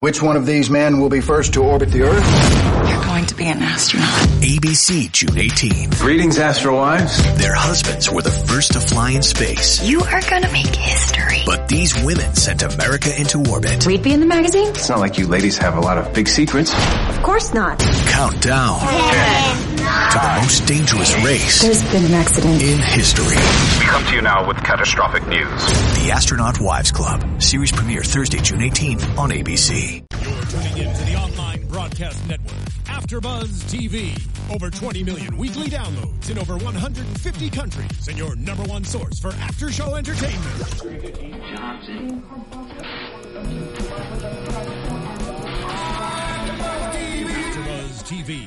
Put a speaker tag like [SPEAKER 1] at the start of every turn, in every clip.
[SPEAKER 1] Which one of these men will be first to orbit the Earth?
[SPEAKER 2] You're going to be an astronaut.
[SPEAKER 3] ABC, June 18th.
[SPEAKER 4] Greetings, Astro Wives.
[SPEAKER 3] Their husbands were the first to fly in space.
[SPEAKER 2] You are going to make history.
[SPEAKER 3] But these women sent America into orbit.
[SPEAKER 5] We'd be in the magazine?
[SPEAKER 4] It's not like you ladies have a lot of big secrets.
[SPEAKER 5] Of course not.
[SPEAKER 3] Countdown to the most dangerous race
[SPEAKER 5] There's been an accident.
[SPEAKER 3] in history.
[SPEAKER 6] We come to you now with catastrophic news.
[SPEAKER 3] The Astronaut Wives Club. Series premiere Thursday, June 18th on ABC.
[SPEAKER 7] You're tuning into the online broadcast network, AfterBuzz TV. Over 20 million weekly downloads in over 150 countries, and your number one source for after-show entertainment. AfterBuzz TV,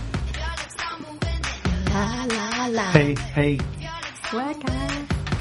[SPEAKER 8] Hey, hey.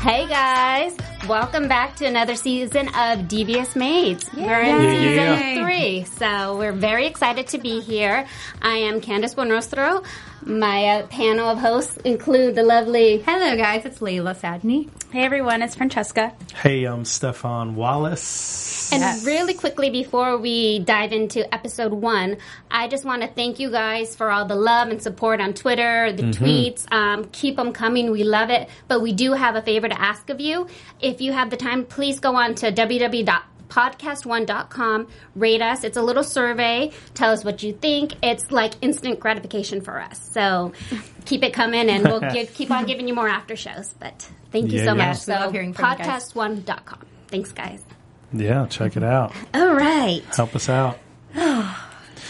[SPEAKER 9] Hey guys, welcome back to another season of Devious Maids. We're in
[SPEAKER 8] Yeah,
[SPEAKER 9] season
[SPEAKER 8] yeah,
[SPEAKER 9] three, so we're very excited to be here. I am Candice Buonostro. My uh, panel of hosts include the lovely. Hello guys, it's Layla Sadney.
[SPEAKER 10] Hey everyone, it's Francesca.
[SPEAKER 8] Hey, I'm Stefan Wallace.
[SPEAKER 9] And really quickly before we dive into episode one, I just want to thank you guys for all the love and support on Twitter, the
[SPEAKER 8] Mm-hmm.
[SPEAKER 9] tweets. Um, keep them coming. We love it. But we do have a favor to ask of you. If you have the time, please go on to www.podcast1.com. Rate us. It's a little survey. Tell us what you think. It's like instant gratification for us. So keep it coming and we'll give, keep on giving you more after shows. But thank you
[SPEAKER 8] Yeah,
[SPEAKER 9] so
[SPEAKER 8] yeah.
[SPEAKER 9] much. So
[SPEAKER 10] We love hearing from you guys.
[SPEAKER 9] podcast1.com. Thanks, guys.
[SPEAKER 8] Yeah, check it out.
[SPEAKER 9] All right.
[SPEAKER 8] Help us out.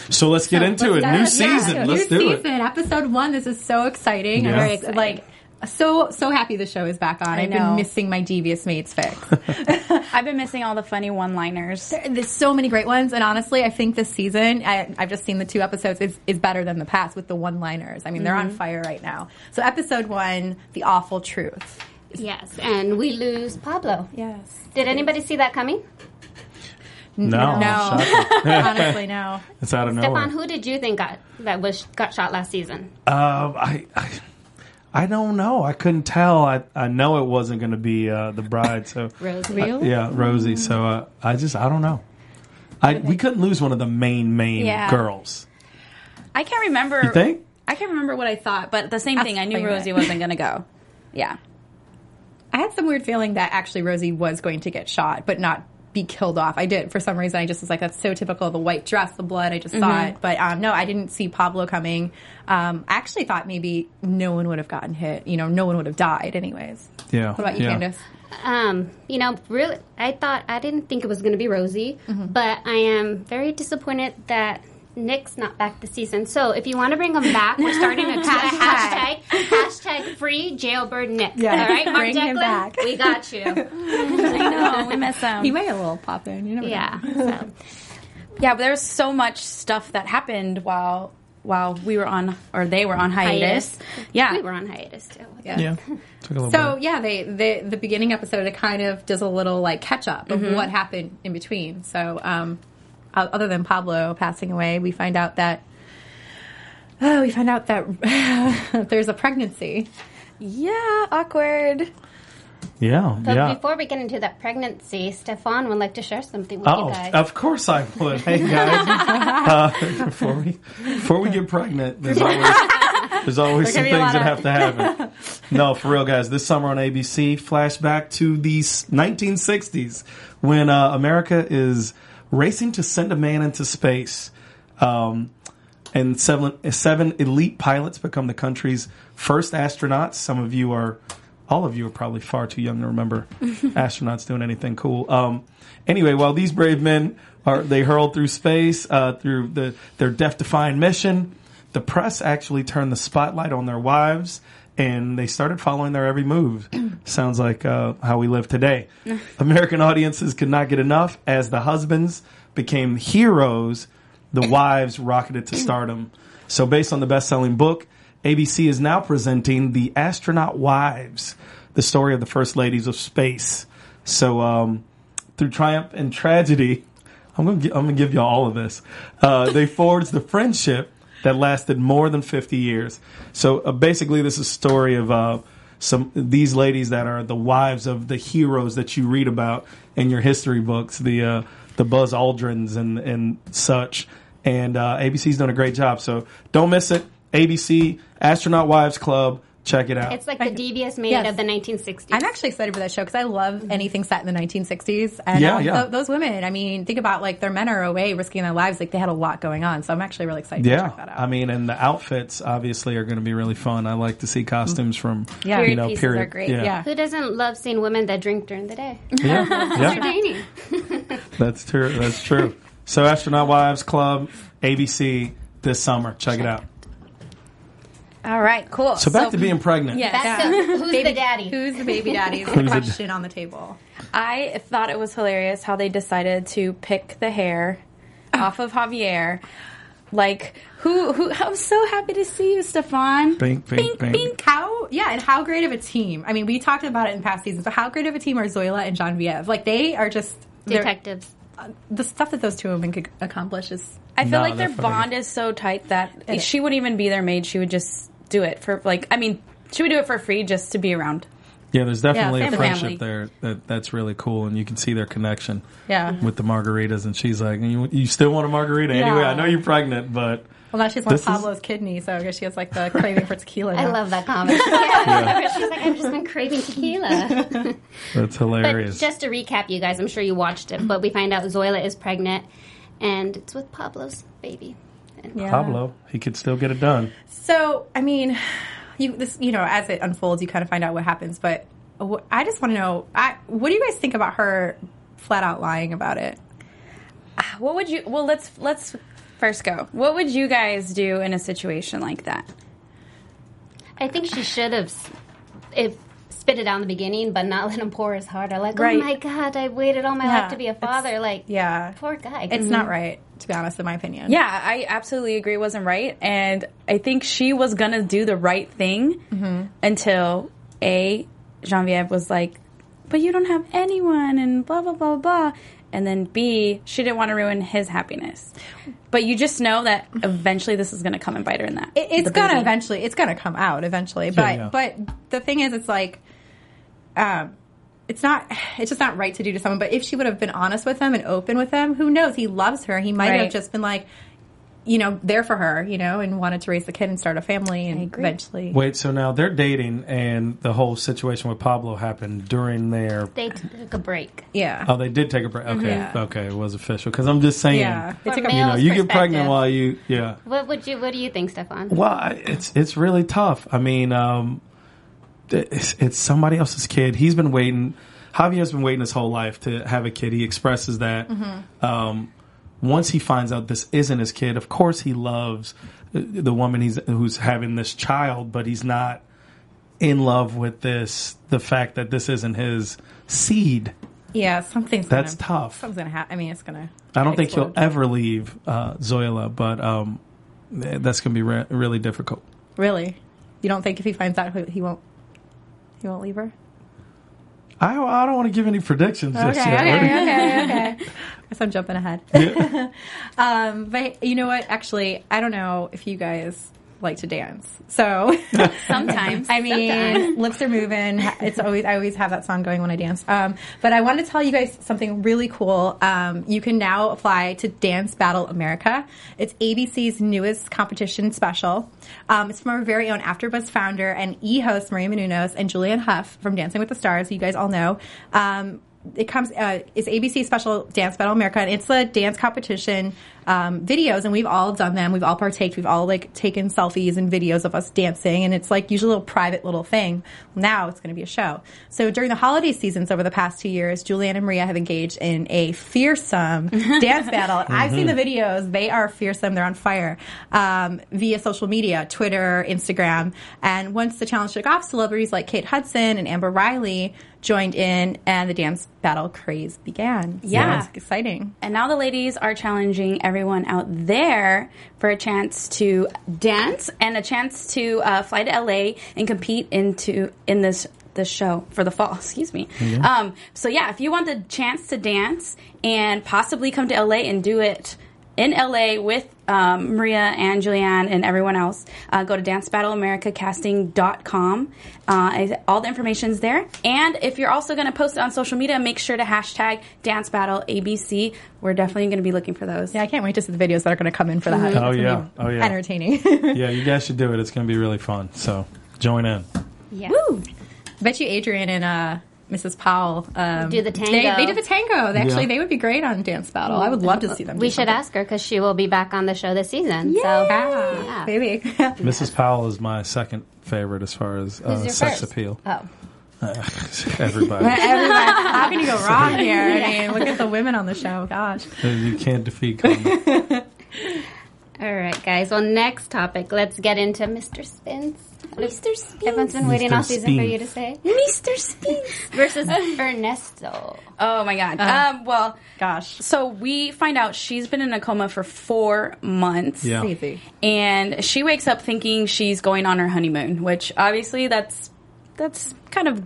[SPEAKER 8] So let's get into it.
[SPEAKER 10] let's-
[SPEAKER 8] New
[SPEAKER 10] yeah,
[SPEAKER 8] season.
[SPEAKER 10] yeah,
[SPEAKER 8] let's
[SPEAKER 11] new
[SPEAKER 8] do
[SPEAKER 11] season,
[SPEAKER 8] it.
[SPEAKER 11] episode one. This is so exciting.
[SPEAKER 8] Yeah.
[SPEAKER 11] I'm
[SPEAKER 8] Very
[SPEAKER 11] s- like so so happy the show is back on.
[SPEAKER 10] I
[SPEAKER 11] I've
[SPEAKER 10] know.
[SPEAKER 11] been missing my devious mates fix.
[SPEAKER 10] I've been missing all the funny one-liners.
[SPEAKER 11] There's so many great ones, and honestly, I think this season I, I've just seen the two episodes is, is better than the past with the one liners. I mean, they're
[SPEAKER 8] Mm-hmm.
[SPEAKER 11] on fire right now. So episode one, the awful truth.
[SPEAKER 9] Yes, and we lose Pablo.
[SPEAKER 10] Yes.
[SPEAKER 9] Did anybody see that coming?
[SPEAKER 8] No,
[SPEAKER 11] No.
[SPEAKER 8] shocking.
[SPEAKER 11] honestly, no.
[SPEAKER 8] it's out of nowhere.
[SPEAKER 9] Stefan, who did you think got that was got shot last season?
[SPEAKER 8] Um, I, I, I don't know. I couldn't tell. I, I know it wasn't going to be uh, the bride. So
[SPEAKER 9] Rosie.
[SPEAKER 8] I- yeah, Rosie. So uh, I just I don't know. I we couldn't lose one of the main main
[SPEAKER 10] Yeah.
[SPEAKER 8] girls.
[SPEAKER 10] I can't remember.
[SPEAKER 8] You think?
[SPEAKER 10] I can't remember what I thought, but the same thing. I knew
[SPEAKER 11] Explain it.
[SPEAKER 10] Rosie wasn't going to go. Yeah.
[SPEAKER 11] I had some weird feeling that actually Rosie was going to get shot, but not be killed off. I did for some reason. I just was like, that's so typical of the white dress, the blood. I just
[SPEAKER 10] Mm-hmm.
[SPEAKER 11] saw it, but um, no, I didn't see Pablo coming. Um, I actually thought maybe no one would have gotten hit. You know, no one would have died, anyways.
[SPEAKER 8] Yeah.
[SPEAKER 11] What about you,
[SPEAKER 8] yeah.
[SPEAKER 11] Candace?
[SPEAKER 9] Um, you know, really, I thought I didn't think it was going to be Rosie, but I am very disappointed that Nick's not back this season. So if you want to bring him back, we're starting a hashtag hashtag free jailbird Nick.
[SPEAKER 11] Yeah.
[SPEAKER 9] All right, Mark
[SPEAKER 11] Bring him
[SPEAKER 9] Declan,
[SPEAKER 11] back.
[SPEAKER 9] we got you.
[SPEAKER 10] I know. We miss them.
[SPEAKER 11] He might a little pop in. You never know.
[SPEAKER 9] Yeah. So.
[SPEAKER 10] Yeah, but there was so much stuff that happened while while we were on or they were on hiatus.
[SPEAKER 9] Hiatus.
[SPEAKER 10] Yeah.
[SPEAKER 9] We were on hiatus too.
[SPEAKER 8] Yeah. Took a little
[SPEAKER 11] So
[SPEAKER 8] break.
[SPEAKER 11] yeah, they, they the beginning episode it kind of does a little like catch up of
[SPEAKER 9] Mm-hmm.
[SPEAKER 11] what happened in between. So um, o- other than Pablo passing away, we find out that oh, we find out that there's a pregnancy.
[SPEAKER 10] Yeah, awkward.
[SPEAKER 8] yeah.
[SPEAKER 9] But
[SPEAKER 8] yeah.
[SPEAKER 9] before we get into that pregnancy, Stefan would like to share something with
[SPEAKER 8] Oh,
[SPEAKER 9] you guys.
[SPEAKER 8] of course I would. Hey guys, uh, before we before we get pregnant, there's always there's always some
[SPEAKER 10] There
[SPEAKER 8] things
[SPEAKER 10] can be a lot
[SPEAKER 8] that have to happen. No, for real, guys. This summer on ABC, flashback to the s- 1960s when uh, America is racing to send a man into space. Um, and seven, seven elite pilots become the country's first astronauts. Some of you are, all of you are probably far too young to remember astronauts doing anything cool. Um, anyway, while these brave men are they hurled through space uh, through the their death-defying mission, the press actually turned the spotlight on their wives. And they started following their every move. Sounds like uh, how we live today. American audiences could not get enough as the husbands became heroes the wives rocketed to stardom. So, based on the best selling book, ABC is now presenting The Astronaut Wives, the story of the first ladies of space. So, um, through triumph and tragedy, I'm gonna, gi- I'm gonna give y'all all of this. Uh, they forged the friendship that lasted more than 50 years. So uh, basically, this is a story of uh, some these ladies that are the wives of the heroes that you read about in your history books, the uh, the Buzz Aldrins and and such. And uh, ABC's done a great job, so don't miss it. ABC Astronaut Wives Club, check it out.
[SPEAKER 9] It's like the devious maid
[SPEAKER 11] Yes.
[SPEAKER 9] of the 1960s.
[SPEAKER 11] I'm actually excited for that show because I love
[SPEAKER 9] Mm-hmm.
[SPEAKER 11] anything set in the 1960s. And
[SPEAKER 8] Yeah,
[SPEAKER 11] um,
[SPEAKER 8] yeah.
[SPEAKER 11] tho- those women, I mean, think about like their men are away risking their lives. Like they had a lot going on. So I'm actually really excited to check that
[SPEAKER 8] Yeah,
[SPEAKER 11] out.
[SPEAKER 8] I mean, and the outfits obviously are going to be really fun. I like to see costumes from
[SPEAKER 11] Yeah.
[SPEAKER 8] you
[SPEAKER 11] Period
[SPEAKER 8] know,
[SPEAKER 11] pieces
[SPEAKER 8] period.
[SPEAKER 11] are great.
[SPEAKER 8] Yeah,
[SPEAKER 11] Yeah.
[SPEAKER 9] Who doesn't love seeing women that drink during the day?
[SPEAKER 8] yeah, yeah.
[SPEAKER 9] Entertaining.
[SPEAKER 8] That's true. That's true. So, Astronaut Wives Club, ABC this summer. Check it out.
[SPEAKER 10] All right, cool.
[SPEAKER 8] So back to being pregnant.
[SPEAKER 9] That's the- who's the daddy?
[SPEAKER 11] Who's the baby daddy? Is
[SPEAKER 8] Who's
[SPEAKER 11] the
[SPEAKER 8] the-
[SPEAKER 11] question on the table.
[SPEAKER 10] I thought it was hilarious how they decided to pick the hair off of Javier. Like who? Who? I'm so happy to see you, Stefan.
[SPEAKER 8] Bink, bink, bink.
[SPEAKER 11] How, yeah, and how great of a team. I mean, we talked about it in past seasons, but how great of a team are Zoila and Genevieve? Like, they are just they're-
[SPEAKER 9] Detectives.
[SPEAKER 11] The stuff that those two women could accomplish is.
[SPEAKER 10] I feel
[SPEAKER 8] No,
[SPEAKER 10] like their
[SPEAKER 8] they're fucking-
[SPEAKER 10] bond is so tight that
[SPEAKER 11] It is.
[SPEAKER 10] she wouldn't even be their maid. She would just do it for like. I mean, she would do it for free just to be around.
[SPEAKER 8] Yeah, there's definitely a
[SPEAKER 11] family.
[SPEAKER 8] friendship
[SPEAKER 10] Family.
[SPEAKER 8] there that, that's really cool, and you can see their connection.
[SPEAKER 11] Yeah.
[SPEAKER 8] With the margaritas, and she's like, "You, you still want a margarita anyway? I know you're pregnant, but
[SPEAKER 11] Well, now she's one
[SPEAKER 8] This
[SPEAKER 11] of
[SPEAKER 8] is-
[SPEAKER 11] Pablo's kidney, so I guess she has like the craving for tequila.
[SPEAKER 9] I
[SPEAKER 11] now.
[SPEAKER 9] love that comment. She's like, I've just been craving tequila.
[SPEAKER 8] that's
[SPEAKER 9] But
[SPEAKER 8] hilarious."
[SPEAKER 9] just to recap, you guys, I'm sure you watched it, but we find out Zoila is pregnant, and it's with Pablo's baby. And
[SPEAKER 8] Pablo, he could still get it done.
[SPEAKER 11] So, I mean, you this you know as it unfolds, you kind of find out what happens. But wh- I just want to know, I, what do you guys think about her flat out lying about it?
[SPEAKER 10] What would you? Well, let's let's first go. What would you guys do in a situation like that?
[SPEAKER 9] I think she should have s- if spit it out in the beginning, but not let him pour his heart out. Like,
[SPEAKER 10] Right.
[SPEAKER 9] oh my God, I waited all my
[SPEAKER 11] Yeah,
[SPEAKER 9] life to be a
[SPEAKER 11] it's-
[SPEAKER 9] father. Like,
[SPEAKER 11] yeah.
[SPEAKER 9] poor guy. Mm-hmm.
[SPEAKER 11] It's not right, to be honest, in my opinion.
[SPEAKER 10] Yeah, I absolutely agree. It wasn't right, and I think she was gonna do the right thing until a Genevieve was like, "But you don't have anyone," and blah blah blah blah. And then B, she didn't want to ruin his happiness. But you just know that eventually this is gonna come and bite her in that.
[SPEAKER 11] It- it's
[SPEAKER 10] the
[SPEAKER 11] gonna
[SPEAKER 10] baby.
[SPEAKER 11] eventually it's gonna come out eventually but
[SPEAKER 8] yeah.
[SPEAKER 11] but the thing is it's like um it's not it's just not right to do to someone but if she would have been honest with him and open with him who knows he loves her he might
[SPEAKER 10] Right.
[SPEAKER 11] have just been like you know there for her you know and wanted to raise the kid and start a family and eventually
[SPEAKER 8] Wait, so now they're dating, and the whole situation with Pablo happened during their
[SPEAKER 9] They took a break.
[SPEAKER 11] yeah
[SPEAKER 8] Oh, they did take a break. Okay, okay, it was official. Because I'm just saying,
[SPEAKER 11] Yeah. They
[SPEAKER 9] From
[SPEAKER 11] took a-
[SPEAKER 8] you know,
[SPEAKER 9] male's
[SPEAKER 8] you get pregnant
[SPEAKER 9] perspective.
[SPEAKER 8] while you, yeah.
[SPEAKER 9] What would you? What do you think, Stefan?
[SPEAKER 8] Well, I- it's it's really tough. I mean, um, it's, it's somebody else's kid. He's been waiting. Javier's been waiting his whole life to have a kid. He expresses that. Um, once he finds out this isn't his kid, of course he loves uh, the woman he's who's having this child, but he's not in love with this. The fact that this isn't his seed.
[SPEAKER 11] yeah something's
[SPEAKER 8] That's
[SPEAKER 11] gonna,
[SPEAKER 8] tough.
[SPEAKER 11] something's gonna happen i mean it's gonna
[SPEAKER 8] I don't think he'll
[SPEAKER 11] explode.
[SPEAKER 8] ever leave uh, Zoila, but um, th- that's going to be re- really difficult.
[SPEAKER 11] really you don't think if he finds out who- he won't he won't leave her
[SPEAKER 8] I, I don't want to give any predictions just yet.
[SPEAKER 11] okay, okay. Guess I'm jumping ahead. um, but you know what? Actually, I don't know if you guys like to dance. So
[SPEAKER 10] Sometimes.
[SPEAKER 11] I mean, lips are moving. It's always I always have that song going when I dance. Um, but I want to tell you guys something really cool. Um, you can now apply to Dance Battle America. It's ABC's newest competition special. Um, it's from our very own AfterBuzz founder and e-host Maria Menounos and Julian Huff from Dancing with the Stars. who You guys all know. Um, it comes uh, it's ABC Special Dance Battle America, and it's a dance competition um, videos, and we've all done them. We've all partaked. We've all like taken selfies and videos of us dancing, and it's like usually a little private little thing. Now it's going to be a show. So during the holiday seasons over the past two years, Julianne and Maria have engaged in a fearsome dance battle. And I've seen the videos; they are fearsome. They're on fire um, via social media, Twitter, Instagram, and once the challenge took off, celebrities like Kate Hudson and Amber Riley joined in, and the dance battle craze began. So
[SPEAKER 10] Yeah.
[SPEAKER 11] it's exciting.
[SPEAKER 10] And now the ladies are challenging everyone out there for a chance to dance and a chance to uh, fly to LA and compete into in this this show for the fall. Excuse me. Um, so yeah, if you want the chance to dance and possibly come to LA and do it in LA with um, Maria and Julianne and everyone else, uh, go to dancebattleamericacasting.com. Uh, is- all the information's there. And if you're also going to post it on social media, make sure to hashtag dancebattleabc. We're definitely going to be looking for those.
[SPEAKER 11] Yeah, I can't wait to see the videos that are going to come in for that. It's gonna
[SPEAKER 8] yeah.
[SPEAKER 11] be
[SPEAKER 8] Oh, yeah.
[SPEAKER 11] entertaining.
[SPEAKER 8] yeah, you guys should do it. It's going to be really fun. So join in.
[SPEAKER 11] Woo! I bet you Adrian and uh, Mrs. Powell um,
[SPEAKER 9] Do the tango.
[SPEAKER 11] They, they did the tango. They actually,
[SPEAKER 8] Yeah.
[SPEAKER 11] they would be great on dance battle. I would love to see them.
[SPEAKER 9] We
[SPEAKER 11] do
[SPEAKER 9] should
[SPEAKER 11] something.
[SPEAKER 9] ask her because she will be back on the show this season. So,
[SPEAKER 11] Yeah,
[SPEAKER 9] yeah.
[SPEAKER 11] maybe.
[SPEAKER 8] Mrs. Powell is my second favorite as far as uh,
[SPEAKER 9] your
[SPEAKER 8] sex
[SPEAKER 9] first?
[SPEAKER 8] appeal.
[SPEAKER 11] Oh. Everyone,
[SPEAKER 8] Everybody.
[SPEAKER 11] how can you go wrong here? I mean, look at the women on the show. Gosh.
[SPEAKER 8] you can't defeat Carmen.
[SPEAKER 9] All right, guys. Well, next topic. Let's get into Mr. Spins.
[SPEAKER 10] Mr. Spins.
[SPEAKER 9] Everyone's been waiting
[SPEAKER 8] Mr.
[SPEAKER 9] all season for
[SPEAKER 8] Spins.
[SPEAKER 9] you to say
[SPEAKER 10] Mr. Spins.
[SPEAKER 9] versus Ernesto.
[SPEAKER 10] Oh my God. Um, well,
[SPEAKER 11] Gosh.
[SPEAKER 10] so we find out she's been in a coma for four months.
[SPEAKER 8] Yeah.
[SPEAKER 11] Crazy.
[SPEAKER 10] and she wakes up thinking she's going on her honeymoon, which obviously that's that's kind of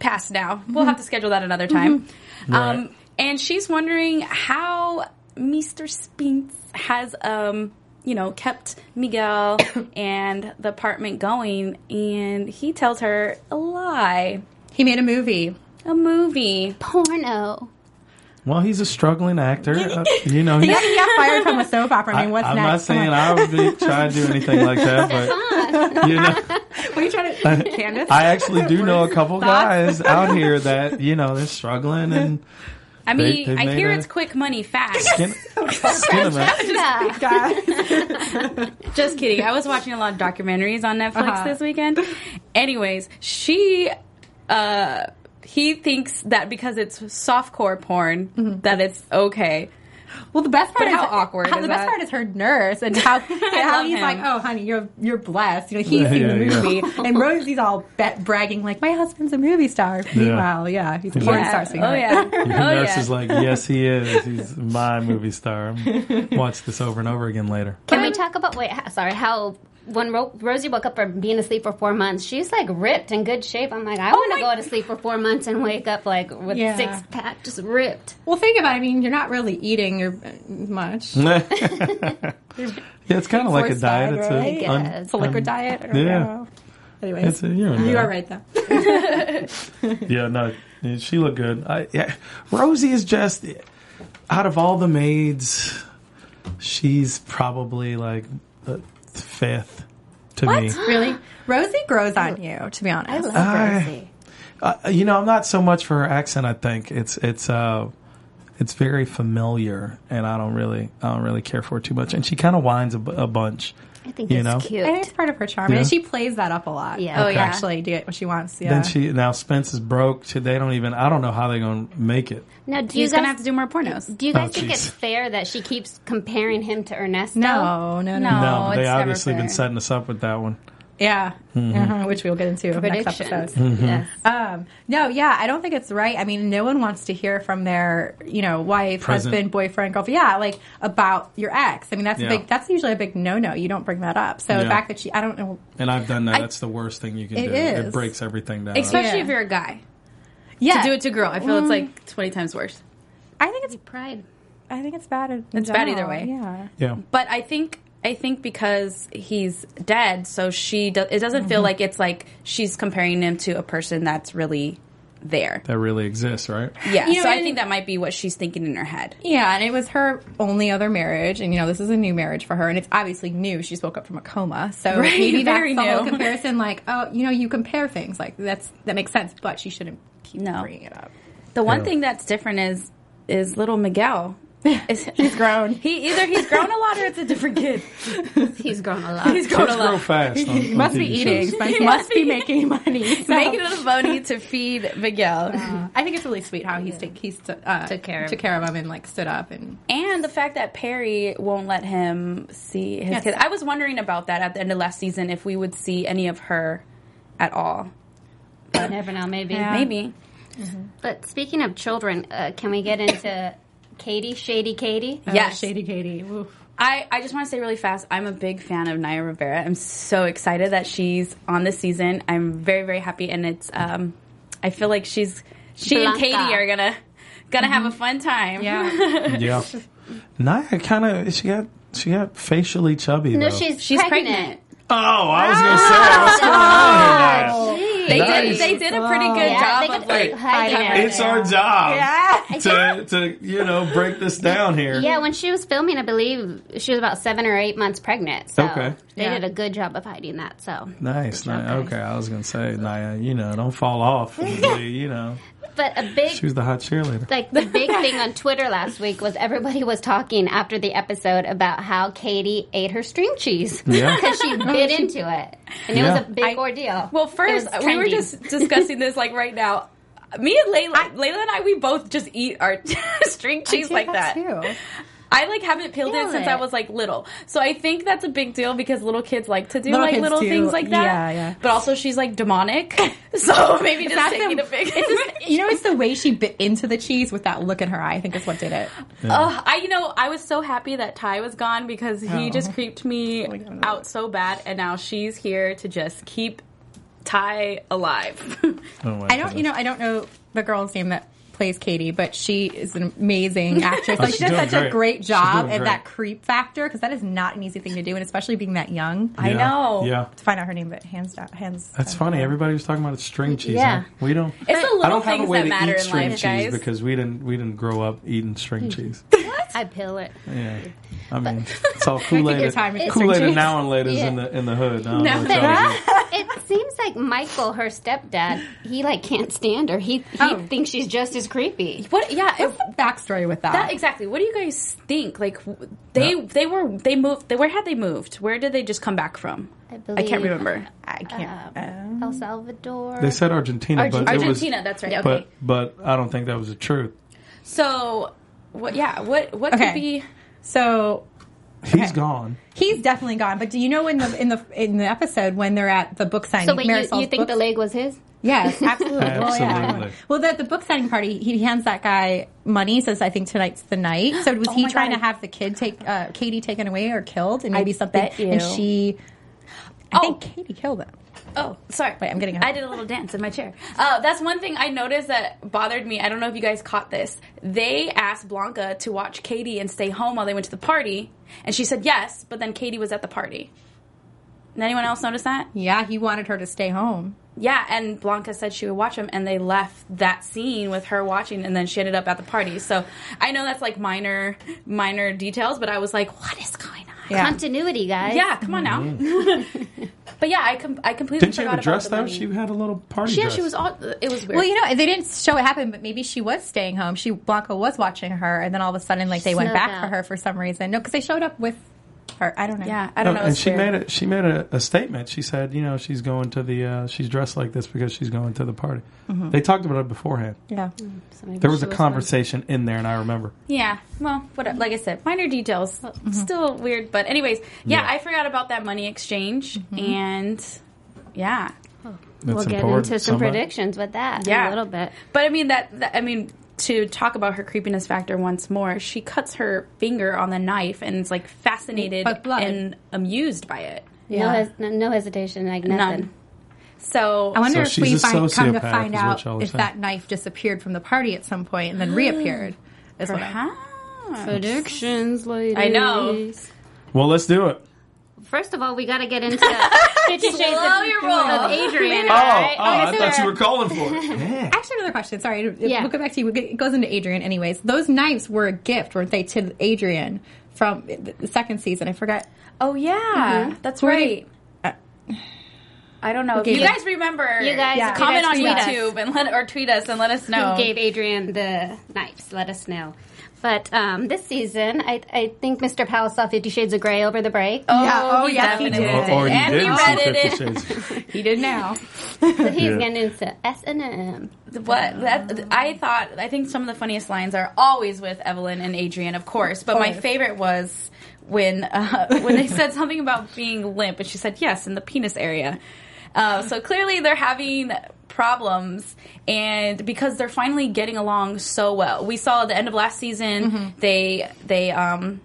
[SPEAKER 10] past now. We'll have to schedule that another time.
[SPEAKER 8] Right.
[SPEAKER 10] Um, and she's wondering how Mr. Spinks has um, you know kept Miguel and the apartment going, and he tells her a lie,
[SPEAKER 11] He made a movie.
[SPEAKER 10] a movie.
[SPEAKER 9] Porno.
[SPEAKER 8] Well, he's a struggling actor. Uh, you know, he's,
[SPEAKER 11] He got fired from a soap opera. I mean, what's
[SPEAKER 8] I'm
[SPEAKER 11] next?
[SPEAKER 8] not saying I would be trying to do anything like that, but you know,
[SPEAKER 11] Were you trying to, Candace?
[SPEAKER 8] I actually do know a couple
[SPEAKER 11] Thoughts?
[SPEAKER 8] guys out here that you know they're struggling and
[SPEAKER 10] I
[SPEAKER 8] They-
[SPEAKER 10] mean,
[SPEAKER 8] they
[SPEAKER 10] I
[SPEAKER 8] made
[SPEAKER 10] hear
[SPEAKER 8] a-
[SPEAKER 10] it's quick money, fast.
[SPEAKER 8] skin, skin 'em out.
[SPEAKER 9] Yeah.
[SPEAKER 10] Just kidding. I was watching a lot of documentaries on Netflix
[SPEAKER 11] Uh-huh.
[SPEAKER 10] this weekend. Anyways, she uh he thinks that because it's softcore porn that it's okay.
[SPEAKER 11] Mm-hmm. well, the best part
[SPEAKER 10] But
[SPEAKER 11] is
[SPEAKER 10] how awkward
[SPEAKER 11] how-
[SPEAKER 10] is
[SPEAKER 11] the best
[SPEAKER 10] that?
[SPEAKER 11] part is her nurse and how, and how
[SPEAKER 10] love
[SPEAKER 11] he's
[SPEAKER 10] him.
[SPEAKER 11] like, oh, honey, you're you're blessed. You know, he's
[SPEAKER 8] Yeah,
[SPEAKER 11] seen the
[SPEAKER 8] yeah, yeah.
[SPEAKER 11] movie, and Rosie's all bet bragging like, my husband's a movie star. Meanwhile, yeah, he's a porn star.
[SPEAKER 10] Yeah.
[SPEAKER 8] Yeah.
[SPEAKER 10] Oh
[SPEAKER 11] sweetheart.
[SPEAKER 10] yeah.
[SPEAKER 8] Your
[SPEAKER 10] Oh
[SPEAKER 8] nurse
[SPEAKER 10] yeah.
[SPEAKER 8] is like, yes, he is. He's my movie star. Watch this over and over again later.
[SPEAKER 9] Can we talk about wait? ha- Sorry, how when Ro- Rosie woke up from being asleep for four months, she's like ripped in good shape. I'm like, I want to
[SPEAKER 11] my-
[SPEAKER 9] go to sleep for four months and wake up like with
[SPEAKER 11] Yeah.
[SPEAKER 9] six pack, just ripped.
[SPEAKER 11] Well, think about. it. I mean, you're not really eating your much.
[SPEAKER 8] yeah, it's kind of like a
[SPEAKER 11] Forced
[SPEAKER 8] diet.
[SPEAKER 11] diet,
[SPEAKER 8] It's
[SPEAKER 11] right?
[SPEAKER 8] a, un-
[SPEAKER 9] Yes.
[SPEAKER 11] It's a liquid diet. Or
[SPEAKER 8] Um, Yeah.
[SPEAKER 11] whatever. Anyways,
[SPEAKER 8] it's a, you, know,
[SPEAKER 11] you are right though.
[SPEAKER 8] Yeah, no, she looked good. I, yeah, Rosie is just out of all the maids, she's probably like the fifth to me.
[SPEAKER 11] really, Rosie grows on you. To be honest,
[SPEAKER 8] I- uh, you know, I'm not so much for her accent. I think it's it's uh, it's very familiar, and I don't really I don't really care for it too much. And she kind of whines a, bu- a bunch.
[SPEAKER 9] I think
[SPEAKER 8] You
[SPEAKER 9] it's
[SPEAKER 8] know?
[SPEAKER 9] cute.
[SPEAKER 11] I think it's part of her charm,
[SPEAKER 8] Yeah.
[SPEAKER 11] and she plays that up a lot.
[SPEAKER 9] Yeah. Oh,
[SPEAKER 11] Like,
[SPEAKER 9] yeah.
[SPEAKER 11] actually, do it when she wants. Yeah,
[SPEAKER 8] Then she now Spence is broke. She- They don't even. I don't know how they're gonna make it.
[SPEAKER 9] Now, do you
[SPEAKER 10] He's
[SPEAKER 9] guys
[SPEAKER 10] gonna have to do more pornos.
[SPEAKER 9] do you guys
[SPEAKER 8] Oh,
[SPEAKER 9] think
[SPEAKER 8] jeez.
[SPEAKER 9] it's fair that she keeps comparing him to Ernesto?
[SPEAKER 11] no, no, no,
[SPEAKER 10] No.
[SPEAKER 8] no, but they
[SPEAKER 10] it's never
[SPEAKER 8] obviously been
[SPEAKER 10] fair.
[SPEAKER 8] setting us up with that one.
[SPEAKER 11] yeah,
[SPEAKER 8] Mm-hmm.
[SPEAKER 11] uh-huh, which we'll get into next
[SPEAKER 9] predictions.
[SPEAKER 11] episode.
[SPEAKER 9] Yes.
[SPEAKER 10] Uh,
[SPEAKER 11] Um, no, yeah, I don't think it's right. I mean, no one wants to hear from their, you know, wife,
[SPEAKER 8] Present.
[SPEAKER 11] husband, boyfriend, girlfriend, yeah, like about your ex. I mean, that's
[SPEAKER 8] Yeah.
[SPEAKER 11] a big. That's usually a big no-no. You don't bring that up. So
[SPEAKER 8] Yeah.
[SPEAKER 11] the fact that she, I don't know.
[SPEAKER 8] And I've done that. That's the worst thing you can
[SPEAKER 11] It
[SPEAKER 8] do. It
[SPEAKER 11] is.
[SPEAKER 8] breaks everything down.
[SPEAKER 10] Especially
[SPEAKER 11] Yeah.
[SPEAKER 10] if you're a guy.
[SPEAKER 11] Yeah, Mm-hmm. Mm,
[SPEAKER 10] To do it to a girl. I feel it's like twenty times worse.
[SPEAKER 11] I think it's.
[SPEAKER 9] Pride.
[SPEAKER 11] I think it's bad. in- in
[SPEAKER 10] It's bad either
[SPEAKER 11] general,
[SPEAKER 10] way.
[SPEAKER 11] Yeah.
[SPEAKER 8] yeah.
[SPEAKER 10] But I think I think because he's dead, so she do- it doesn't
[SPEAKER 11] Mm-hmm.
[SPEAKER 10] feel like it's like she's comparing him to a person that's really there.
[SPEAKER 8] That really exists, right?
[SPEAKER 10] Yeah.
[SPEAKER 11] You know,
[SPEAKER 10] so I
[SPEAKER 11] and-
[SPEAKER 10] think that might be what she's thinking in her head.
[SPEAKER 11] Yeah, and it was her only other marriage, and you know this is a new marriage for her, and it's obviously new. She just woke up from a coma, so
[SPEAKER 10] Right,
[SPEAKER 11] maybe that's
[SPEAKER 10] very
[SPEAKER 11] the whole
[SPEAKER 10] new.
[SPEAKER 11] comparison. Like, oh, you know, you compare things like that's that makes sense, but she shouldn't keep
[SPEAKER 10] No.
[SPEAKER 11] bringing it up.
[SPEAKER 10] The one
[SPEAKER 8] Yeah.
[SPEAKER 10] thing that's different is is little Miguel.
[SPEAKER 11] She's grown.
[SPEAKER 10] He either he's grown a lot or it's a different kid.
[SPEAKER 9] He's grown a lot.
[SPEAKER 10] He's grown
[SPEAKER 8] Kids
[SPEAKER 10] a lot.
[SPEAKER 8] grow fast. on-
[SPEAKER 11] He
[SPEAKER 8] on
[SPEAKER 11] must be
[SPEAKER 8] TV
[SPEAKER 11] eating.
[SPEAKER 8] shows.
[SPEAKER 11] Spence must be making money. So, Uh,
[SPEAKER 10] Making it a bony to feed Miguel.
[SPEAKER 11] I think it's really sweet how he's take, he's uh,
[SPEAKER 9] Took care of
[SPEAKER 11] took care of him and like stood up and
[SPEAKER 10] And the fact that Perry won't let him see his
[SPEAKER 11] Yes.
[SPEAKER 10] kid. I was wondering about that at the end of last season if we would see any of her at all.
[SPEAKER 9] never know. Maybe.
[SPEAKER 10] Maybe.
[SPEAKER 9] But speaking of children, uh, can we get into Katie, Shady Katie?
[SPEAKER 10] Yes.
[SPEAKER 11] Shady Katie. Ooh.
[SPEAKER 10] I, I just want to say really fast, I'm a big fan of Naya Rivera. I'm so excited that she's on this season. I'm very, very happy and it's um I feel like she's she
[SPEAKER 9] Blanca.
[SPEAKER 10] and Katie are gonna gonna have a fun time.
[SPEAKER 11] Yeah.
[SPEAKER 8] Yeah. Naya kind of she got she got facially chubby.
[SPEAKER 9] No,
[SPEAKER 8] though.
[SPEAKER 9] she's
[SPEAKER 10] She's
[SPEAKER 9] pregnant.
[SPEAKER 10] pregnant. Ah! Oh.
[SPEAKER 8] Oh, I was gonna say what's going on here, Naya?
[SPEAKER 10] They
[SPEAKER 8] Oh.
[SPEAKER 10] did
[SPEAKER 8] Nice.
[SPEAKER 10] they did a pretty good
[SPEAKER 9] Yeah,
[SPEAKER 10] job of
[SPEAKER 9] they
[SPEAKER 10] like
[SPEAKER 9] could hide
[SPEAKER 10] covering
[SPEAKER 9] it.
[SPEAKER 8] It's our job to to you know break this down here.
[SPEAKER 9] Yeah, when she was filming, I believe she was about seven or eight months pregnant. So
[SPEAKER 8] Okay.
[SPEAKER 9] they
[SPEAKER 11] Yeah.
[SPEAKER 9] did a good job of hiding that. So,
[SPEAKER 8] Nice, Naya. Okay, I was gonna say, Naya, you know, don't fall off. you know,
[SPEAKER 9] but a big
[SPEAKER 8] she was the hot cheerleader.
[SPEAKER 9] like the big thing on Twitter last week was everybody was talking after the episode about how Katie ate her string cheese because
[SPEAKER 8] Yeah.
[SPEAKER 9] she bit into it, and it
[SPEAKER 8] Yeah.
[SPEAKER 9] was a big ordeal.
[SPEAKER 10] Well,
[SPEAKER 9] It
[SPEAKER 10] first
[SPEAKER 9] was
[SPEAKER 10] we were
[SPEAKER 9] trendy.
[SPEAKER 10] just discussing this like right now. Me and Layla, Layla and I, we both just eat our string cheese
[SPEAKER 11] do
[SPEAKER 10] like
[SPEAKER 11] that
[SPEAKER 10] that.
[SPEAKER 11] too.
[SPEAKER 10] I like haven't peeled
[SPEAKER 9] Peel
[SPEAKER 10] it since
[SPEAKER 9] it.
[SPEAKER 10] I was like little, so I think that's a big deal because little kids like to do
[SPEAKER 11] Little
[SPEAKER 10] like
[SPEAKER 11] kids
[SPEAKER 10] little
[SPEAKER 11] do.
[SPEAKER 10] things like that.
[SPEAKER 11] Yeah, yeah.
[SPEAKER 10] But also, she's like demonic, so maybe just
[SPEAKER 11] not
[SPEAKER 10] taking
[SPEAKER 11] the-
[SPEAKER 10] a big.
[SPEAKER 11] It's just, you know, it's the way she bit into the cheese with that look in her eye. I think is what did it.
[SPEAKER 8] Oh
[SPEAKER 10] Ugh, I you know I was so happy that Ty was gone because he
[SPEAKER 8] Oh.
[SPEAKER 10] just creeped me out so bad, and now she's here to just keep Ty alive.
[SPEAKER 8] Oh my
[SPEAKER 11] I don't, you know, I don't know the girl's name that plays Katie, but she is an amazing actress. like
[SPEAKER 8] she's
[SPEAKER 11] she does
[SPEAKER 8] doing
[SPEAKER 11] such a
[SPEAKER 8] great.
[SPEAKER 11] great
[SPEAKER 8] She's
[SPEAKER 11] job
[SPEAKER 8] doing
[SPEAKER 11] at
[SPEAKER 8] great.
[SPEAKER 11] that creep factor because that is not an easy thing to do, and especially being that young.
[SPEAKER 10] I know.
[SPEAKER 8] Yeah,
[SPEAKER 11] To find out her name, but hands down, hands.
[SPEAKER 8] that's funny. Everybody was talking about string cheese.
[SPEAKER 9] Yeah.
[SPEAKER 8] huh? we don't.
[SPEAKER 10] It's the
[SPEAKER 8] I
[SPEAKER 10] little
[SPEAKER 8] don't have a
[SPEAKER 10] things
[SPEAKER 8] way
[SPEAKER 10] that
[SPEAKER 8] to
[SPEAKER 10] matter
[SPEAKER 8] eat
[SPEAKER 10] in
[SPEAKER 8] string
[SPEAKER 10] life,
[SPEAKER 8] cheese
[SPEAKER 10] guys. Hmm.
[SPEAKER 8] because we didn't we didn't grow up eating string cheese.
[SPEAKER 9] I peel it.
[SPEAKER 8] Yeah, I mean it's all Kool Aid.
[SPEAKER 11] time with
[SPEAKER 8] Kool
[SPEAKER 11] string
[SPEAKER 8] Aid and
[SPEAKER 11] cheese.
[SPEAKER 8] now and later's
[SPEAKER 9] Yeah.
[SPEAKER 8] in the in the hood. I don't know what
[SPEAKER 9] But
[SPEAKER 8] y'all do.
[SPEAKER 9] it seems like Michael, her stepdad, he like can't stand her. He he thinks she's just as creepy.
[SPEAKER 10] Oh. What? Yeah.
[SPEAKER 11] What's the backstory with that?
[SPEAKER 10] That exactly. What do you guys think? Like w- they they were they moved. They, where had they moved? Where did they just come back from?
[SPEAKER 9] I
[SPEAKER 10] I
[SPEAKER 9] believe um,
[SPEAKER 10] can't remember.
[SPEAKER 11] I can't. uh,
[SPEAKER 10] um,
[SPEAKER 9] El Salvador.
[SPEAKER 8] They said Argentina, but it was
[SPEAKER 10] Argentina. that's right. Okay.
[SPEAKER 8] but but I don't think that was the truth.
[SPEAKER 10] so what? Yeah. What? What
[SPEAKER 11] Okay.
[SPEAKER 10] could be?
[SPEAKER 11] so
[SPEAKER 8] He's
[SPEAKER 11] Okay.
[SPEAKER 8] gone.
[SPEAKER 11] he's definitely gone. But do you know in the in the in the episode when they're at the book signing?
[SPEAKER 9] so wait, you,
[SPEAKER 11] Marisol's
[SPEAKER 9] you think
[SPEAKER 11] book-
[SPEAKER 9] the leg was his?
[SPEAKER 11] Yes, absolutely. Well, yeah.
[SPEAKER 8] Absolutely.
[SPEAKER 11] well the, the book signing party, he hands that guy money. Says, "I think tonight's the night." So was he
[SPEAKER 10] my
[SPEAKER 11] trying
[SPEAKER 10] God.
[SPEAKER 11] to have the kid take uh, Katie taken away or killed, and maybe something?
[SPEAKER 10] bet you.
[SPEAKER 11] And she, I
[SPEAKER 10] Oh.
[SPEAKER 11] think Katie killed him.
[SPEAKER 10] Oh, sorry.
[SPEAKER 11] Wait, I'm getting ahead.
[SPEAKER 10] I did a little dance in my chair. Uh, that's one thing I noticed that bothered me. I don't know if you guys caught this. They asked Blanca to watch Katie and stay home while they went to the party, and she said yes. But then Katie was at the party. Did anyone else notice that?
[SPEAKER 11] Yeah, he wanted her to stay home.
[SPEAKER 10] Yeah, and Blanca said she would watch them, and they left that scene with her watching, and then she ended up at the party. So I know that's like minor, minor details, but I was like, what is going on? Yeah,
[SPEAKER 9] Continuity, guys.
[SPEAKER 10] come on now. but yeah, I com- I completely
[SPEAKER 8] Mm. Didn't she
[SPEAKER 10] forgot
[SPEAKER 8] have a dress
[SPEAKER 10] about the
[SPEAKER 8] though?
[SPEAKER 10] money.
[SPEAKER 8] She had a little party.
[SPEAKER 10] yeah,
[SPEAKER 8] dress.
[SPEAKER 10] she was all. It was weird.
[SPEAKER 11] Well, you know, they didn't show it happen, but maybe she was staying home. She Blanca was watching her, and then all of a sudden, like they went
[SPEAKER 9] snuck
[SPEAKER 11] back
[SPEAKER 9] out.
[SPEAKER 11] for her for some reason. No, because they showed up with her. I don't know.
[SPEAKER 10] yeah, I don't know.
[SPEAKER 8] Oh, and
[SPEAKER 10] it's
[SPEAKER 8] she
[SPEAKER 10] weird.
[SPEAKER 8] made a she made a, a statement. She said, you know, she's going to the uh, she's dressed like this because she's going to the party.
[SPEAKER 10] Mm-hmm.
[SPEAKER 8] They talked about it beforehand.
[SPEAKER 11] yeah.
[SPEAKER 8] There was a conversation in there, and I remember. Mm-hmm.
[SPEAKER 10] Yeah, well, whatever. Like I said, minor details, still weird. But anyways, yeah,
[SPEAKER 8] Yeah.
[SPEAKER 10] I forgot about that money exchange,
[SPEAKER 11] Mm-hmm.
[SPEAKER 10] and yeah,
[SPEAKER 8] That's
[SPEAKER 9] We'll get
[SPEAKER 8] important.
[SPEAKER 9] into some
[SPEAKER 8] Somebody-
[SPEAKER 9] predictions with that in a
[SPEAKER 10] Yeah.
[SPEAKER 9] little bit.
[SPEAKER 10] But I mean that, that- I mean to talk about her creepiness factor once more. She cuts her finger on the knife and is like fascinated
[SPEAKER 11] But blood.
[SPEAKER 10] and amused by it.
[SPEAKER 9] No,
[SPEAKER 11] Yeah.
[SPEAKER 9] hes- no, no hesitation, like nothing.
[SPEAKER 10] None. So
[SPEAKER 11] I wonder
[SPEAKER 8] So
[SPEAKER 11] if we
[SPEAKER 8] she's a
[SPEAKER 11] find, come to
[SPEAKER 8] sociopath,
[SPEAKER 11] find
[SPEAKER 8] is what
[SPEAKER 11] out
[SPEAKER 8] y'all are
[SPEAKER 11] if
[SPEAKER 8] saying.
[SPEAKER 11] that knife disappeared from the party at some point and then reappeared. Is what I-
[SPEAKER 10] Ah, perhaps
[SPEAKER 9] Predictions, ladies.
[SPEAKER 10] I know.
[SPEAKER 8] Well, let's do it.
[SPEAKER 9] First of all, we got to get into Fifty Shades
[SPEAKER 10] Slow
[SPEAKER 9] of,
[SPEAKER 10] your roll.
[SPEAKER 9] of Adrian.
[SPEAKER 8] Oh,
[SPEAKER 9] right?
[SPEAKER 8] oh, I thought you were calling for it. Yeah.
[SPEAKER 11] Actually, another question. Sorry, it-
[SPEAKER 9] Yeah.
[SPEAKER 11] we'll go back to you. We'll get- It goes into Adrian, anyways. Those knives were a gift, weren't they, to Adrian from the the second season? I Mm-hmm. forgot.
[SPEAKER 10] Oh yeah, that's
[SPEAKER 11] Where
[SPEAKER 10] right.
[SPEAKER 11] did-
[SPEAKER 10] I don't know. if
[SPEAKER 11] Uh, Okay.
[SPEAKER 10] you guys remember?
[SPEAKER 9] You guys- you
[SPEAKER 10] comment
[SPEAKER 9] guys
[SPEAKER 10] on
[SPEAKER 9] tweet us.
[SPEAKER 10] YouTube and let or tweet us and let us know.
[SPEAKER 9] who gave Adrian the knives. Let us know. But um, this season, I, I think Mr. Powell saw Fifty Shades of Grey over the break.
[SPEAKER 10] Oh,
[SPEAKER 11] Yeah, oh,
[SPEAKER 10] he
[SPEAKER 11] yeah, he
[SPEAKER 10] definitely
[SPEAKER 11] did.
[SPEAKER 10] did.
[SPEAKER 8] Or, or you
[SPEAKER 10] and
[SPEAKER 8] did Oh,
[SPEAKER 10] he
[SPEAKER 8] see
[SPEAKER 10] read it.
[SPEAKER 8] Fifty
[SPEAKER 10] in-
[SPEAKER 8] Shades.
[SPEAKER 11] He did now.
[SPEAKER 9] so he's
[SPEAKER 8] yeah.
[SPEAKER 9] getting into S and M.
[SPEAKER 10] What that, I thought, I think some of the funniest lines are always with Evelyn and Adrian, of course. But my favorite was when uh, when they said something about being limp, and she said yes in the penis area. Uh, so clearly they're having problems, and because they're finally getting along so well, we saw at the end of last season
[SPEAKER 9] Mm-hmm.
[SPEAKER 10] they they um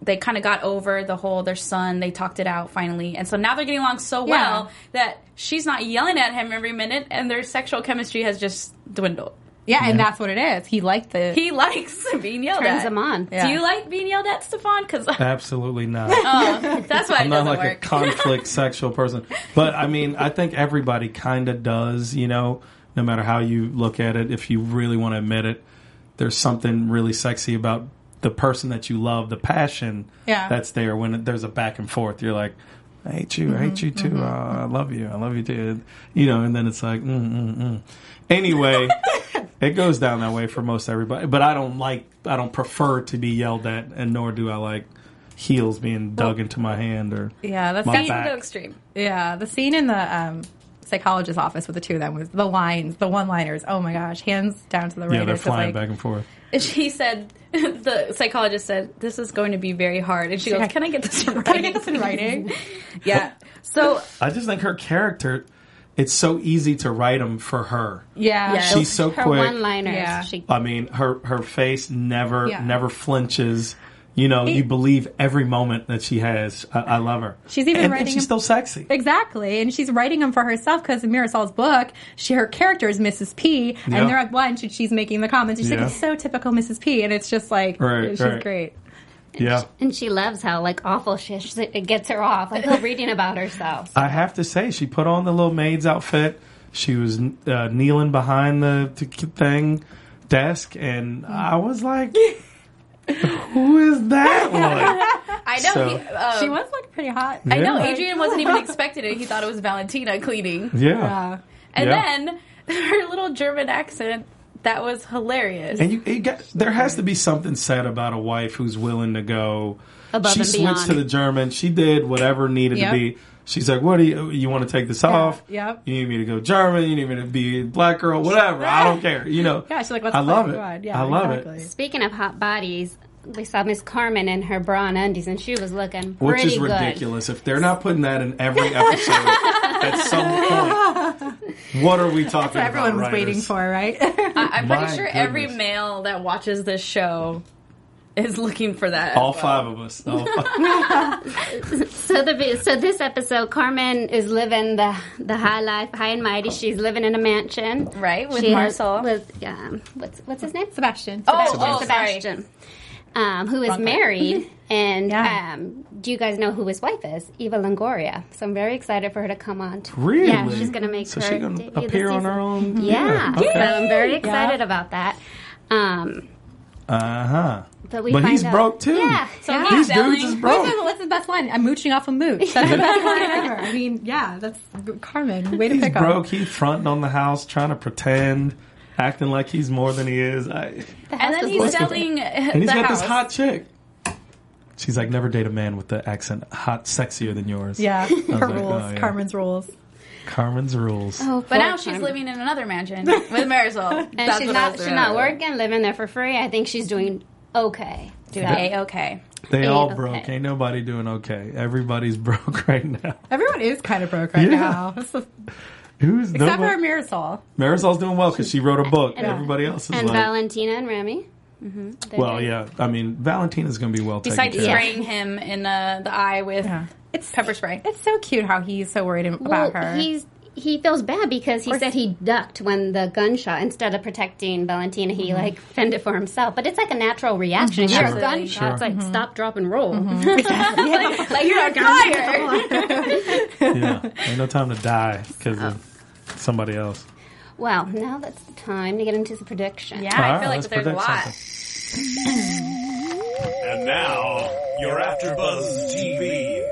[SPEAKER 10] they kind of got over the whole their son. They talked it out finally, and so now they're getting along so
[SPEAKER 11] Yeah.
[SPEAKER 10] well that she's not yelling at him every minute, and their sexual chemistry has just dwindled.
[SPEAKER 11] Yeah, and that's what it is. He liked the.
[SPEAKER 10] He likes being yelled
[SPEAKER 9] Turns
[SPEAKER 10] at.
[SPEAKER 9] him on.
[SPEAKER 10] Do
[SPEAKER 11] Yeah.
[SPEAKER 10] you like being yelled at, Stefan? Because
[SPEAKER 8] Absolutely not.
[SPEAKER 10] Oh, that's why it
[SPEAKER 8] I'm not
[SPEAKER 10] doesn't
[SPEAKER 8] like
[SPEAKER 10] work.
[SPEAKER 8] a conflict sexual person, but I mean, I think everybody kind of does. You know, no matter how you look at it, if you really want to admit it, there's something really sexy about the person that you love, the passion
[SPEAKER 11] Yeah.
[SPEAKER 8] that's there. When there's a back and forth, you're like. I hate you. I
[SPEAKER 10] Mm-hmm,
[SPEAKER 8] hate you too. Uh, I love you. I love you too. You know, and then it's like, mm, mm, mm. anyway, it goes down that way for most everybody. But I don't like, I don't prefer to be yelled at, and nor do I like heels being dug into my hand or
[SPEAKER 11] yeah, that's
[SPEAKER 8] my
[SPEAKER 11] kind
[SPEAKER 8] back.
[SPEAKER 10] Go extreme.
[SPEAKER 11] Yeah, the scene in the um, psychologist's office with the two of them was the lines, the one-liners. Oh my gosh, hands down to the writers.
[SPEAKER 8] yeah, they're
[SPEAKER 11] of,
[SPEAKER 8] flying
[SPEAKER 11] like,
[SPEAKER 8] back and forth.
[SPEAKER 10] And she said, the psychologist said, this is going to be very hard. And she goes, can I get this right?
[SPEAKER 11] Can I get this in writing?
[SPEAKER 10] Yeah. So,
[SPEAKER 8] I just think her character. It's so easy to write them for her.
[SPEAKER 11] Yeah,
[SPEAKER 9] Yes.
[SPEAKER 8] She's so
[SPEAKER 9] her
[SPEAKER 8] quick.
[SPEAKER 9] one-liners.
[SPEAKER 11] Yeah.
[SPEAKER 9] She,
[SPEAKER 8] I mean, her her face never
[SPEAKER 11] Yeah.
[SPEAKER 8] never flinches. You know, you believe every moment that she has. I, I love her.
[SPEAKER 11] She's even
[SPEAKER 8] and, and
[SPEAKER 11] writing a-
[SPEAKER 8] she's still sexy.
[SPEAKER 11] Exactly, and she's writing them for herself because in Mirasol's book, she her character is Mrs. P, and
[SPEAKER 8] Yeah.
[SPEAKER 11] they're at lunch and she's making the comments. And she's
[SPEAKER 8] Yeah.
[SPEAKER 11] like, "It's so typical Mrs. P," and it's just like,
[SPEAKER 8] Right,
[SPEAKER 11] she's
[SPEAKER 8] right.
[SPEAKER 11] great.
[SPEAKER 8] Yeah.
[SPEAKER 9] and she loves how like awful she is. She's like, It gets her off. Like reading about herself.
[SPEAKER 8] I have to say, she put on the little maid's outfit. She was uh, kneeling behind the, the thing desk, and I was like, "Who is that one?"
[SPEAKER 10] I know,
[SPEAKER 8] So-
[SPEAKER 10] he, uh,
[SPEAKER 11] She was like pretty hot.
[SPEAKER 10] I know
[SPEAKER 8] Yeah.
[SPEAKER 10] Adrian wasn't even expecting it. He thought it was Valentina cleaning.
[SPEAKER 8] Yeah,
[SPEAKER 10] And
[SPEAKER 8] Yeah.
[SPEAKER 10] then her little German accent, that was hilarious.
[SPEAKER 8] and you, you got, there has to be something said about a wife who's willing to go.
[SPEAKER 9] Above
[SPEAKER 8] she
[SPEAKER 9] and
[SPEAKER 8] switched
[SPEAKER 9] beyond.
[SPEAKER 8] to the German. She did whatever needed
[SPEAKER 11] Yep.
[SPEAKER 8] to be. She's like, "What do you? You want to take this off?
[SPEAKER 11] yep.
[SPEAKER 8] You need me to go German? You need me to be a black girl? Whatever. I don't care. You know.
[SPEAKER 11] Yeah, she's like, "Let's
[SPEAKER 8] I love
[SPEAKER 11] play,
[SPEAKER 8] it.
[SPEAKER 11] go on." Yeah,
[SPEAKER 8] I love
[SPEAKER 11] exactly.
[SPEAKER 8] it.
[SPEAKER 9] Speaking of hot bodies, we saw Miss Carmen in her bra and undies, and she was looking
[SPEAKER 8] Which
[SPEAKER 9] pretty
[SPEAKER 8] is
[SPEAKER 9] good.
[SPEAKER 8] ridiculous. If they're not putting that in every episode at some point, what are we talking
[SPEAKER 11] What
[SPEAKER 8] about?
[SPEAKER 11] everyone was
[SPEAKER 8] writers?
[SPEAKER 11] waiting for, right?
[SPEAKER 10] I, am pretty
[SPEAKER 8] My
[SPEAKER 10] sure every
[SPEAKER 8] goodness.
[SPEAKER 10] male that watches this show is looking for that.
[SPEAKER 8] All five of us. All five.
[SPEAKER 9] So the so this episode, Carmen is living the the high life, high and mighty. She's living in a mansion,
[SPEAKER 10] Right, with
[SPEAKER 9] She
[SPEAKER 10] Marcel.
[SPEAKER 9] with um, what's what's his name?
[SPEAKER 11] Sebastian.
[SPEAKER 10] Oh,
[SPEAKER 9] Sebastian.
[SPEAKER 10] oh, sorry.
[SPEAKER 9] Sebastian, um, who is married, and
[SPEAKER 11] Yeah.
[SPEAKER 9] um, do you guys know who his wife is? Eva Longoria. So I'm very excited for her to come on. to-
[SPEAKER 8] Really?
[SPEAKER 9] Yeah, she's going to make
[SPEAKER 8] so
[SPEAKER 9] her
[SPEAKER 8] she gonna
[SPEAKER 9] debut this
[SPEAKER 8] appear on
[SPEAKER 9] season.
[SPEAKER 8] her own.
[SPEAKER 9] Yeah,
[SPEAKER 8] Okay.
[SPEAKER 9] so I'm very excited about that. Um,
[SPEAKER 8] Uh huh.
[SPEAKER 9] But we
[SPEAKER 8] he's
[SPEAKER 9] find out-
[SPEAKER 8] broke too.
[SPEAKER 9] Yeah, so
[SPEAKER 10] Yeah.
[SPEAKER 8] These
[SPEAKER 10] he's
[SPEAKER 8] dudes is
[SPEAKER 10] selling-
[SPEAKER 8] broke.
[SPEAKER 11] What's the- what's the best line? I'm mooching off a mooch. That's the best line ever. I mean, yeah, that's Carmen. Way to
[SPEAKER 8] He's
[SPEAKER 11] pick
[SPEAKER 8] broke.
[SPEAKER 11] up.
[SPEAKER 8] He fronting on the house, trying to pretend, acting like he's more than he is. I,
[SPEAKER 10] And then he's
[SPEAKER 8] What's the-
[SPEAKER 10] selling uh,
[SPEAKER 8] and he's
[SPEAKER 10] the
[SPEAKER 8] got
[SPEAKER 10] house.
[SPEAKER 8] this hot chick. She's like, never date a man with the accent hot, sexier than yours.
[SPEAKER 11] Yeah, her
[SPEAKER 8] like,
[SPEAKER 11] rules.
[SPEAKER 8] oh, yeah.
[SPEAKER 11] Carmen's rules.
[SPEAKER 8] Carmen's rules.
[SPEAKER 9] Oh,
[SPEAKER 10] But now she's living in another mansion with Marisol.
[SPEAKER 9] and she's not she's not working, living there for free. I think she's doing okay.
[SPEAKER 10] Today, okay.
[SPEAKER 8] They all
[SPEAKER 9] okay.
[SPEAKER 8] broke. Ain't nobody doing okay. Everybody's broke right now.
[SPEAKER 11] Everyone is kind of broke right
[SPEAKER 8] Yeah.
[SPEAKER 11] now. That's the-
[SPEAKER 8] Who's
[SPEAKER 11] Except
[SPEAKER 8] no
[SPEAKER 11] for Marisol.
[SPEAKER 8] Marisol's doing well because she wrote a book. Everybody else is
[SPEAKER 9] And
[SPEAKER 8] like,
[SPEAKER 9] Valentina and Remy. Mm-hmm.
[SPEAKER 8] well, yeah. I mean, Valentina's going to be well
[SPEAKER 10] Besides
[SPEAKER 8] taken care of.
[SPEAKER 10] spraying him in uh, the eye with
[SPEAKER 11] It's
[SPEAKER 10] pepper spray.
[SPEAKER 11] It's so cute how he's so worried about
[SPEAKER 9] Well,
[SPEAKER 11] her.
[SPEAKER 9] he's he feels bad because he said he ducked when the gunshot instead of protecting Valentina, he like fended for himself. But it's like a natural reaction. You hear a
[SPEAKER 10] Mm-hmm. Absolutely. Mm-hmm.
[SPEAKER 9] gunshot, it's like stop, drop, and roll.
[SPEAKER 10] like, like you're on fire.
[SPEAKER 8] Yeah. Ain't no time to die because of somebody else.
[SPEAKER 9] Well, now that's the time to get into the prediction.
[SPEAKER 10] Yeah, I
[SPEAKER 8] All right,
[SPEAKER 10] feel like
[SPEAKER 8] let's
[SPEAKER 10] there's a
[SPEAKER 8] predict
[SPEAKER 10] lot.
[SPEAKER 7] And now, your AfterBuzz TV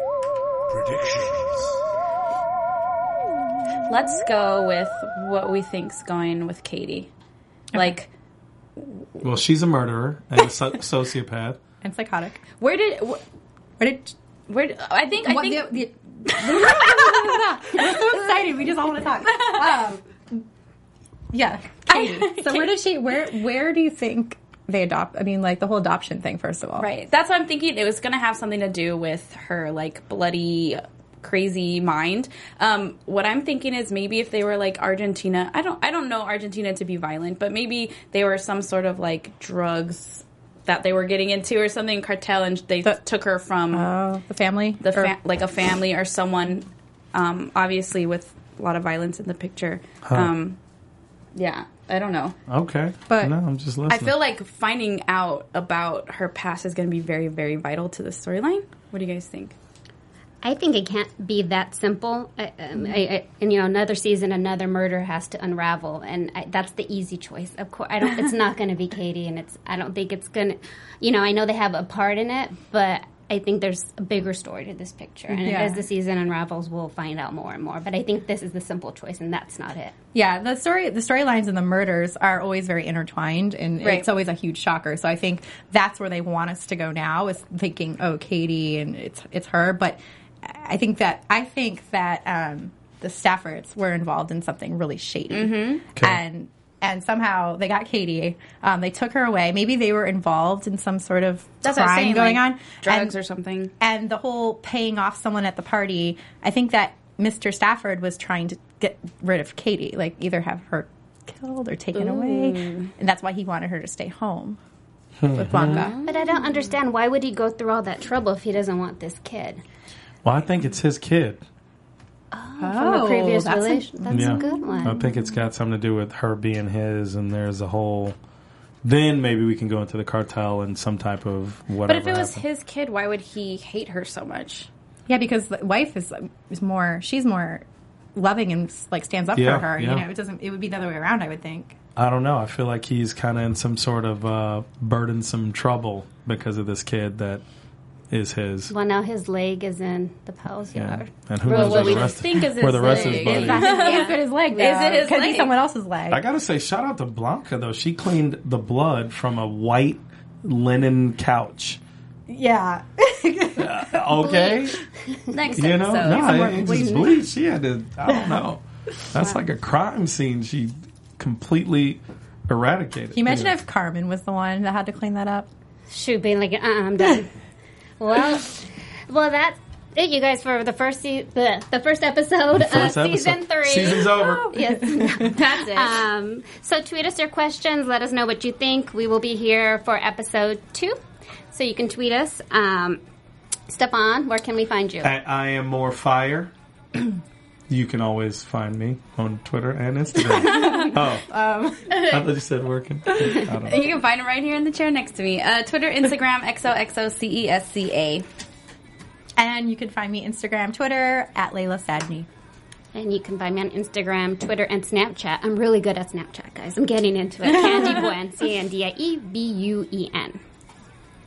[SPEAKER 7] predictions.
[SPEAKER 10] Let's go with what we think's going with Katie. Like,
[SPEAKER 8] Well, she's a murderer and a so- sociopath.
[SPEAKER 11] and psychotic.
[SPEAKER 10] where did wh-
[SPEAKER 11] What did?
[SPEAKER 10] where did- I think I
[SPEAKER 11] What,
[SPEAKER 10] think
[SPEAKER 11] the, the, we're so excited. We just all want to talk. Um, yeah. Katie. so where did she? Where? Where do you think they adopt. I mean, like the whole adoption thing, first of all.
[SPEAKER 10] Right. That's what I'm thinking. It was going to have something to do with her like bloody crazy mind. Um, what I'm thinking is maybe if they were like Argentina, I don't I don't know Argentina to be violent, but maybe they were some sort of like drugs that they were getting into or something cartel and they took her from
[SPEAKER 11] Oh, the family.
[SPEAKER 10] the
[SPEAKER 11] Or-
[SPEAKER 10] fa- like a family or someone um, obviously with a lot of violence in the picture. Um, yeah, I don't know.
[SPEAKER 8] Okay.
[SPEAKER 11] But-
[SPEAKER 8] no, I'm just
[SPEAKER 10] I
[SPEAKER 8] listening.
[SPEAKER 10] feel like finding out about her past is going to be very, very vital to the storyline. What do you guys think?
[SPEAKER 9] I think it can't be that simple. I, um, I, I, and you know, another season, another murder has to unravel, and I, that's the easy choice. Of course, I don't. It's not going to be Katie, and it's. I don't think it's going to. You know, I know they have a part in it, but I think there's a bigger story to this picture. And
[SPEAKER 11] Yeah.
[SPEAKER 9] as the season unravels, we'll find out more and more. But I think this is the simple choice, and that's not it.
[SPEAKER 11] Yeah, the story, the storylines and the murders are always very intertwined, and
[SPEAKER 10] Right.
[SPEAKER 11] it's always a huge shocker. So I think that's where they want us to go now is thinking, oh, Katie, and it's it's her. But I think that I think that um, the Staffords were involved in something really shady, and and somehow they got Katie. Um, they took her away. Maybe they were involved in some sort of
[SPEAKER 10] That's what I'm
[SPEAKER 11] crime
[SPEAKER 10] saying,
[SPEAKER 11] going
[SPEAKER 10] like,
[SPEAKER 11] on,
[SPEAKER 10] drugs
[SPEAKER 11] And-
[SPEAKER 10] or something.
[SPEAKER 11] and the whole paying off someone at the party, I think that Mr. Stafford was trying to get rid of Katie, like either have her killed or taken away, and that's why he wanted her to stay home
[SPEAKER 8] Hmm.
[SPEAKER 11] with Blanca.
[SPEAKER 9] But I don't understand why would he go through all that trouble if he doesn't want this kid
[SPEAKER 8] well, I think it's his kid.
[SPEAKER 9] from
[SPEAKER 8] Oh.
[SPEAKER 9] a previous
[SPEAKER 11] Oh, that's a-
[SPEAKER 9] relation? that's a good one.
[SPEAKER 8] I think it's got something to do with her being his, and there's a whole. Then maybe we can go into the cartel and some type of
[SPEAKER 10] But
[SPEAKER 8] whatever.
[SPEAKER 10] if it was
[SPEAKER 8] happened.
[SPEAKER 10] his kid, why would he hate her so much?
[SPEAKER 11] Yeah, because the wife is is more, she's more loving and like stands up
[SPEAKER 8] Yeah,
[SPEAKER 11] for her.
[SPEAKER 8] yeah.
[SPEAKER 11] You know, it doesn't. It would be the other way around, I would think.
[SPEAKER 8] I don't know. I feel like he's kind of in some sort of uh, burdensome trouble because of this kid that is his.
[SPEAKER 9] Well, now his leg is in the Pal's yard.
[SPEAKER 8] And who
[SPEAKER 10] Well,
[SPEAKER 8] knows
[SPEAKER 10] what
[SPEAKER 8] where the
[SPEAKER 10] we
[SPEAKER 8] rest,
[SPEAKER 10] think is
[SPEAKER 8] where the
[SPEAKER 10] his
[SPEAKER 8] rest
[SPEAKER 10] leg.
[SPEAKER 8] is body.
[SPEAKER 10] Is that-
[SPEAKER 11] It's his leg. Though.
[SPEAKER 10] Is it his
[SPEAKER 11] Could
[SPEAKER 10] leg?
[SPEAKER 11] be someone else's leg.
[SPEAKER 8] I gotta say, shout out to Blanca though. She cleaned the blood from a white linen couch.
[SPEAKER 11] yeah.
[SPEAKER 8] Okay,
[SPEAKER 10] Next
[SPEAKER 8] you know,
[SPEAKER 10] episode.
[SPEAKER 8] no, it, it just bleach. She had to. I don't know. That's like a crime scene. She completely eradicated.
[SPEAKER 11] Can you imagine if Carmen was the one that had to clean that up?
[SPEAKER 9] shoot, being like, uh, I'm done. well, well, that's it, you guys, for the first se- the, the first episode
[SPEAKER 8] First
[SPEAKER 9] of
[SPEAKER 8] episode.
[SPEAKER 9] season three.
[SPEAKER 8] Season's over.
[SPEAKER 9] yes.
[SPEAKER 10] That's it.
[SPEAKER 9] um, so tweet us your questions. Let us know what you think. We will be here for episode two, so you can tweet us. Um, Stefan, where can we find you?
[SPEAKER 8] At I am more fire. you can always find me on Twitter and Instagram. oh, I thought you said working. I don't know.
[SPEAKER 10] you can find him right here in the chair next to me. Uh, Twitter, Instagram,
[SPEAKER 11] E
[SPEAKER 10] XOXOCESCA.
[SPEAKER 11] And you can find me Instagram, Twitter at Layla Sadney.
[SPEAKER 9] And you can find me on Instagram, Twitter, and Snapchat. I'm really good at Snapchat, guys. I'm getting into it. Candy Buen, C A N D I E B U E N.